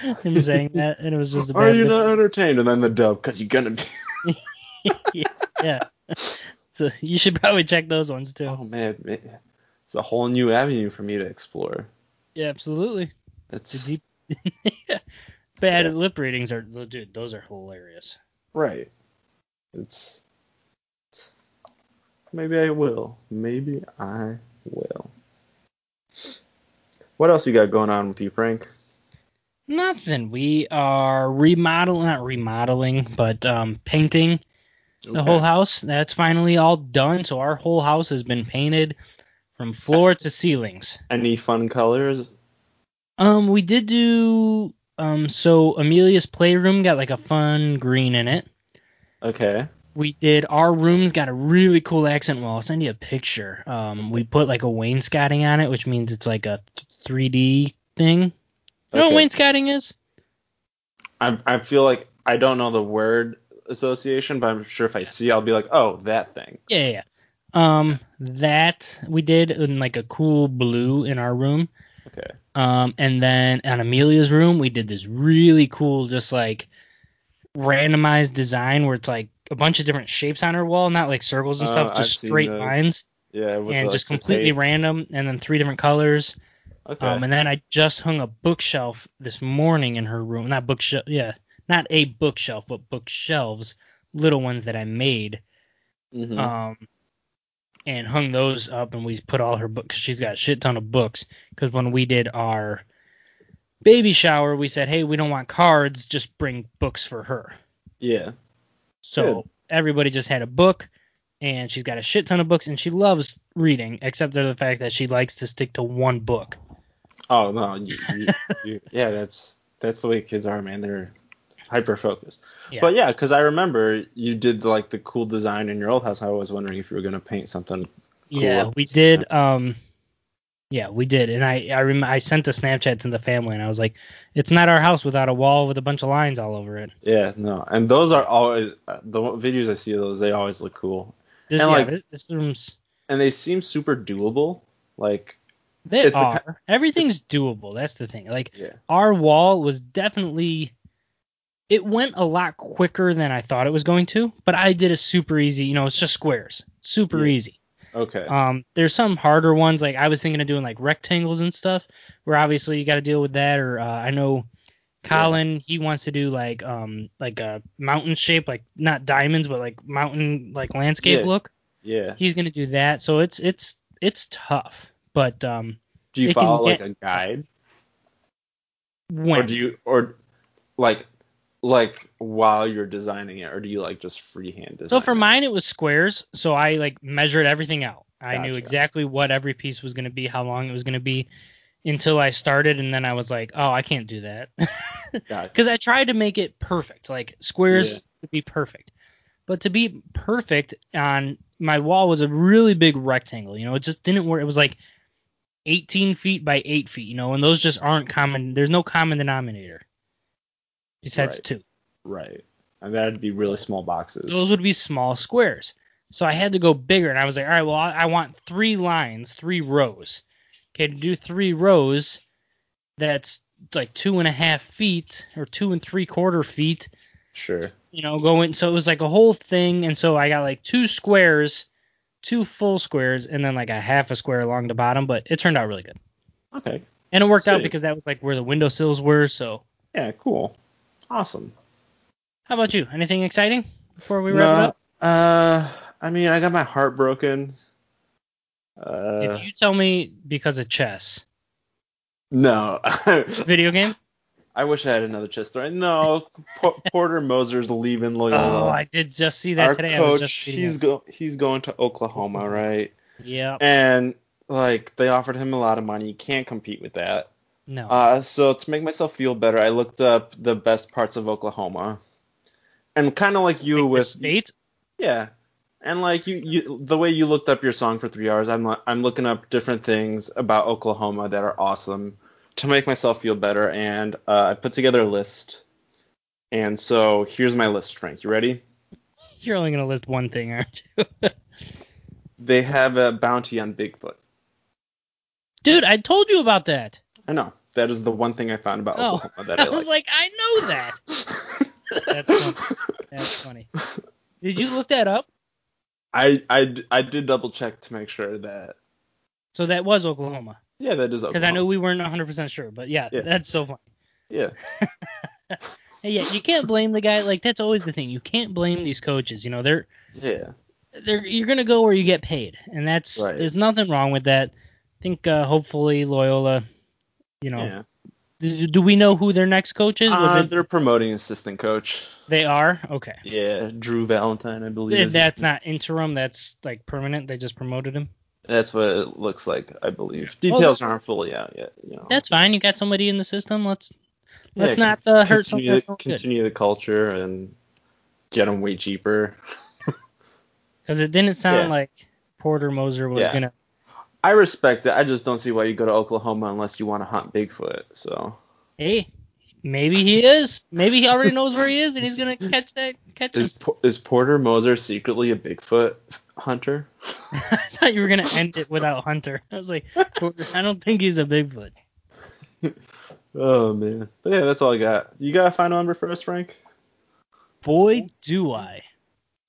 S1: him saying that and it was just a bad
S2: Are you
S1: lip-
S2: not entertained? And then the dub, cause you're gonna be.
S1: yeah. So you should probably check those ones too.
S2: Oh man, man. it's a whole new avenue for me to explore.
S1: Yeah, absolutely. The
S2: It's
S1: deep bad
S2: Yeah.
S1: lip readings are dude, those are hilarious.
S2: right. It's, it's maybe I will. Maybe I will. What else you got going on with you, Frank?
S1: Nothing. We are remodeling, not remodeling, but um, painting the whole house. That's finally all done. So our whole house has been painted from floor to ceilings.
S2: Any fun colors?
S1: Um, we did do um, so Amelia's playroom got like a fun green in it.
S2: Okay.
S1: We did our room's got a really cool accent wall. I'll send you a picture. Um, we put like a wainscoting on it, which means it's like a 3D thing. You know what
S2: Okay.
S1: wainscoting is?
S2: I I feel like I don't know the word association, but I'm sure if I see, I'll be like, oh, that thing.
S1: Yeah, yeah. yeah. Um, that we did in like a cool blue in our room.
S2: Okay.
S1: Um, and then on Amelia's room, we did this really cool, just like randomized design where it's like a bunch of different shapes on her wall, not like circles and
S2: Oh,
S1: stuff,
S2: I've
S1: just
S2: seen
S1: straight
S2: those.
S1: lines
S2: Yeah. With
S1: and
S2: like,
S1: just
S2: the
S1: completely
S2: tape.
S1: random, and then three different colors.
S2: Okay.
S1: Um, and then I just hung a bookshelf this morning in her room. Not bookshelf, yeah, not a bookshelf, but bookshelves, little ones that I made
S2: Mhm.
S1: um, and hung those up, and we put all her books. She's got a shit ton of books because when we did our baby shower, we said, hey, we don't want cards, just bring books for her.
S2: yeah.
S1: So everybody just had a book, and she's got a shit ton of books, and she loves reading, except for the fact that she likes to stick to one book.
S2: Oh no. You, you, you, yeah. That's that's the way kids are, man. They're hyper focused.
S1: Yeah.
S2: But yeah, because I remember you did like the cool design in your old house. I was wondering if you were gonna paint something.
S1: Yeah,
S2: Cool.
S1: we did. Um, yeah, we did, and I I rem- I sent a Snapchat to the family, and I was like, "It's not our house without a wall with a bunch of lines all over it."
S2: Yeah. No. And those are always uh, the videos I see of those. They always look cool,
S1: This,
S2: And,
S1: yeah,
S2: like-
S1: this, this room's
S2: and they seem super doable. Like
S1: they
S2: It's the
S1: are
S2: ki-
S1: everything's doable. That's the thing. Like
S2: yeah.
S1: our wall was definitely it went a lot quicker than I thought it was going to, but I did a super easy. You know, it's just squares, super
S2: Yeah.
S1: easy.
S2: Okay.
S1: Um, there's some harder ones. Like I was thinking of doing like rectangles and stuff, where obviously you got to deal with that. Or uh, I know Colin, he wants to do like um like a mountain shape, like not diamonds, but like mountain like landscape
S2: Yeah.
S1: look.
S2: yeah.
S1: He's gonna do that. So it's it's it's tough. But um,
S2: Do you
S1: they can
S2: follow
S1: get-
S2: like a guide?
S1: when
S2: Or do you or like like while you're designing it, or do you like just freehand design?
S1: so for
S2: it?
S1: mine it was squares, so I like measured everything out. I knew
S2: Gotcha.
S1: exactly what every piece was gonna be, how long it was gonna be, until I started, and then I was like, oh, I can't do that.
S2: Got-
S1: because I tried to make it perfect, like squares
S2: Yeah.
S1: to be perfect. But to be perfect on my wall was a really big rectangle. You know, it just didn't work. It was like 18 feet by 8 feet. You know, and those just aren't common. There's no common denominator besides
S2: Right.
S1: two.
S2: right, and that'd be really small boxes.
S1: Those would be small squares. So I had to go bigger, and I was like, all right, well, I, I want three lines, three rows. Okay, to do three rows, that's like two and a half feet or two and three quarter feet
S2: sure.
S1: you know, going. So it was like a whole thing, and so I got like two squares, two full squares, and then like a half a square along the bottom. But it turned out really good,
S2: Okay.
S1: and it worked out
S2: Sweet.
S1: because that was like where the windowsills were. So
S2: Yeah. Cool. Awesome.
S1: how about you? Anything exciting before we wrap it
S2: No,
S1: up?
S2: uh, I mean, I got my heart broken. Uh,
S1: if you tell me because of chess,
S2: no,
S1: video game.
S2: I wish I had another chest story. No, Por- Porter Moser's leaving Loyola.
S1: Oh, I did just see that
S2: Uh, Our
S1: today. I was
S2: coach,
S1: just
S2: he's go, he's going to Oklahoma, right?
S1: yeah,
S2: and like they offered him a lot of money. You can't compete with that.
S1: no.
S2: Uh, so to make myself feel better, I looked up the best parts of Oklahoma, and kind of like you
S1: Like the
S2: with
S1: state.
S2: yeah, and like you, you the way you looked up your song for three hours, I'm li- I'm looking up different things about Oklahoma that are awesome to make myself feel better, and uh, I put together a list. And so here's my list, Frank. You ready?
S1: You're only gonna list one thing, aren't you?
S2: They have a bounty on Bigfoot.
S1: Dude, I told you about that.
S2: I know that is the one thing I found about
S1: Oh,
S2: Oklahoma that I,
S1: I was like, I know that. That's That's funny. Did you look that up?
S2: I, I, I did double check to make sure that
S1: So that was Oklahoma.
S2: Yeah, that is
S1: Because
S2: Oklahoma.
S1: I know we weren't 100% sure, but yeah,
S2: Yeah.
S1: that's so funny.
S2: Yeah.
S1: And yeah, you can't blame the guy. Like that's always the thing. You can't blame these coaches. You know, they're
S2: Yeah.
S1: they're you're gonna go where you get paid, and that's
S2: Right.
S1: there's nothing wrong with that. I think uh, hopefully Loyola. You know,
S2: Yeah.
S1: do, do we know who their next coach is?
S2: Uh,
S1: Was it,
S2: they're promoting assistant coach.
S1: they are okay.
S2: Yeah, Drew Valentine, I believe.
S1: Th-
S2: is-
S1: That's not interim. That's like permanent. They just promoted him.
S2: That's what it looks like, I believe.
S1: Well,
S2: Details aren't fully out yet. You know.
S1: That's fine. You got somebody in the system. Let's
S2: Yeah,
S1: let's
S2: con-
S1: not uh, hurt something.
S2: continue,
S1: that's
S2: the,
S1: not good.
S2: continue the culture and get them way cheaper.
S1: Because it didn't sound
S2: Yeah.
S1: like Porter Moser was
S2: Yeah.
S1: gonna.
S2: I respect it. I just don't see why you go to Oklahoma unless you want to hunt Bigfoot. So
S1: Hey, maybe he is. Maybe he already knows where he is, and he's gonna catch that catch.
S2: is Po- is Porter Moser secretly a Bigfoot hunter?
S1: I thought you were gonna end it without Hunter. I was like, Porter, I don't think he's a Bigfoot.
S2: Oh man. But yeah, that's all I got. You got a final number for us, Frank?
S1: Boy, do I.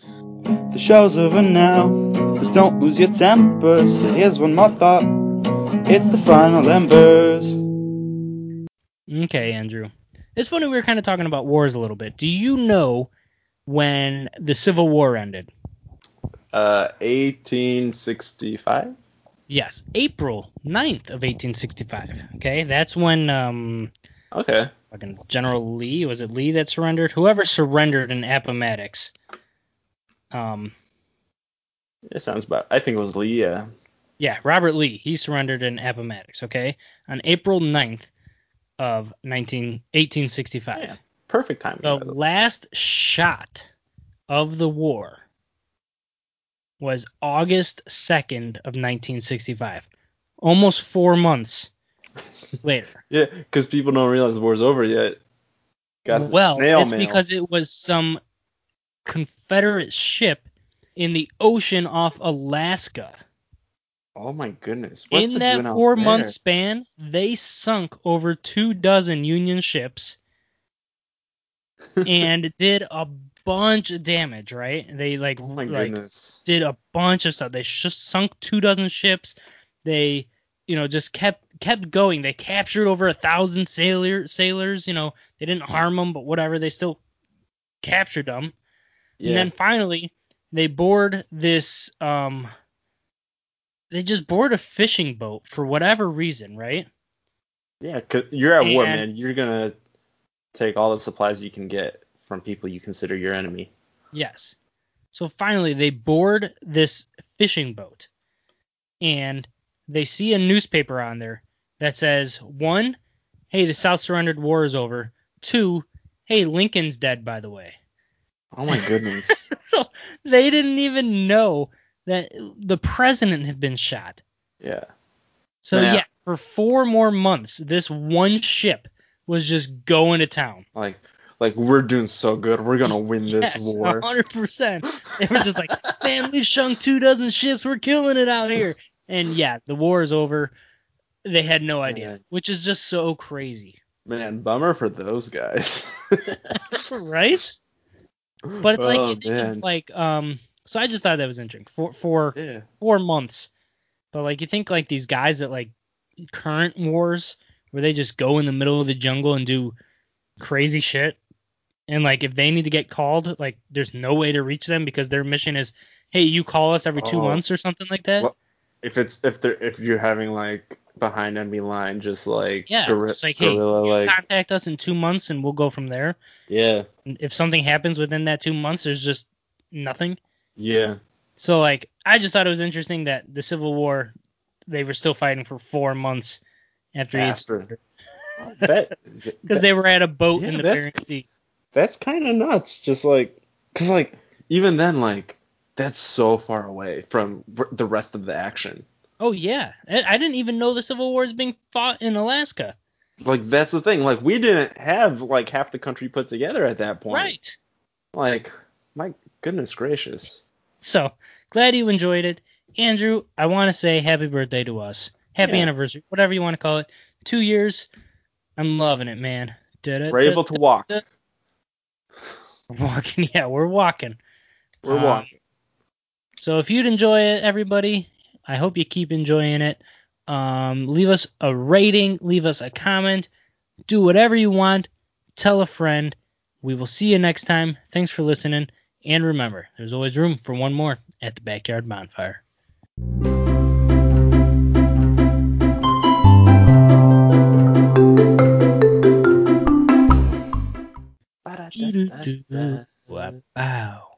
S3: The show's over now, but don't lose your temper. So here's one more thought. It's the final embers.
S1: Okay, Andrew. It's funny we were kind of talking about wars a little bit. Do you know when the Civil War ended?
S2: Uh, 1865.
S1: Yes, April 9th of 1865. Okay, that's when um
S2: Okay.
S1: fucking General Lee was it Lee that surrendered? Whoever surrendered in Appomattox. Um,
S2: It sounds about. I think it was Lee. Yeah.
S1: Yeah, Robert Lee. He surrendered in Appomattox, okay? On April 9th of 19, 1865.
S2: Yeah, Perfect timing.
S1: the
S2: by the way.
S1: last shot of the war was August 2nd of 1965. Almost four months later.
S2: Yeah, because people don't realize the war's over yet. Got the
S1: well,
S2: snail
S1: it's
S2: mail.
S1: because it was some Confederate ship in the ocean off Alaska.
S2: oh my goodness.
S1: in
S2: What's it
S1: that
S2: doing out
S1: four month
S2: there?
S1: span, they sunk over two dozen Union ships and did a bunch of damage, right? They like,
S2: Oh my
S1: like
S2: goodness.
S1: did a bunch of stuff. They just sunk two dozen ships. They, you know, just kept kept going. They captured over a thousand sailor sailors. You know, they didn't harm them, but whatever. They still captured them.
S2: Yeah.
S1: And then finally, they board this. Um, they just board a fishing boat for whatever reason, right?
S2: yeah, cause you're at war,
S1: and-
S2: man. You're gonna take all the supplies you can get from people you consider your enemy.
S1: Yes. So finally, they board this fishing boat, and they see a newspaper on there that says one, hey, the South surrendered war is over. Two, hey, Lincoln's dead, by the way.
S2: Oh my goodness.
S1: So they didn't even know that the president had been shot.
S2: yeah.
S1: So
S2: Yeah.
S1: yeah, for four more months, this one ship was just going to town.
S2: Like like we're doing so good. We're gonna win this
S1: yes,
S2: war.
S1: 100%. They were just like, man, we sunk two dozen ships. We're killing it out here. And yeah, the war is over. They had no idea,
S2: Man.
S1: which is just so crazy,
S2: Man, bummer for those guys.
S1: right? But it's
S2: Oh,
S1: like, you think
S2: man.
S1: of like, um, so I just thought that was interesting. For for
S2: yeah.
S1: four months, but like you think like these guys that like current wars where they just go in the middle of the jungle and do crazy shit, and like if they need to get called, like there's no way to reach them because their mission is, hey, you call us every two
S2: Oh.
S1: months or something like that.
S2: What? If it's if they're if you're having like behind enemy line, just like
S1: Yeah,
S2: guerri-
S1: just like, hey,
S2: guerrilla like
S1: Contact us in two months and we'll go from there.
S2: yeah
S1: And If something happens within that two months, there's just nothing.
S2: yeah
S1: So like I just thought it was interesting that the Civil War, they were still fighting for four months after each
S2: after that
S1: because they were at a boat
S2: Yeah,
S1: in the
S2: that's-
S1: Bering Sea.
S2: that's kind of nuts. Just like, cause like even then, like that's so far away from r- the rest of the action.
S1: Oh yeah, I I didn't even know the Civil War is being fought in Alaska.
S2: Like that's the thing. Like we didn't have like half the country put together at that point.
S1: Right.
S2: Like my goodness gracious.
S1: So glad you enjoyed it, Andrew. I want to say happy birthday to us, happy
S2: Yeah.
S1: anniversary, whatever you want to call it. Two years. I'm loving it, man. Da-da-da-da.
S2: We're able to walk.
S1: We're walking. Yeah, we're walking.
S2: We're
S1: Um,
S2: walking.
S1: So if you'd enjoy it, everybody, I hope you keep enjoying it. Um, leave us a rating, leave us a comment, do whatever you want, tell a friend. We will see you next time. Thanks for listening. And remember, there's always room for one more at the backyard bonfire. Wow.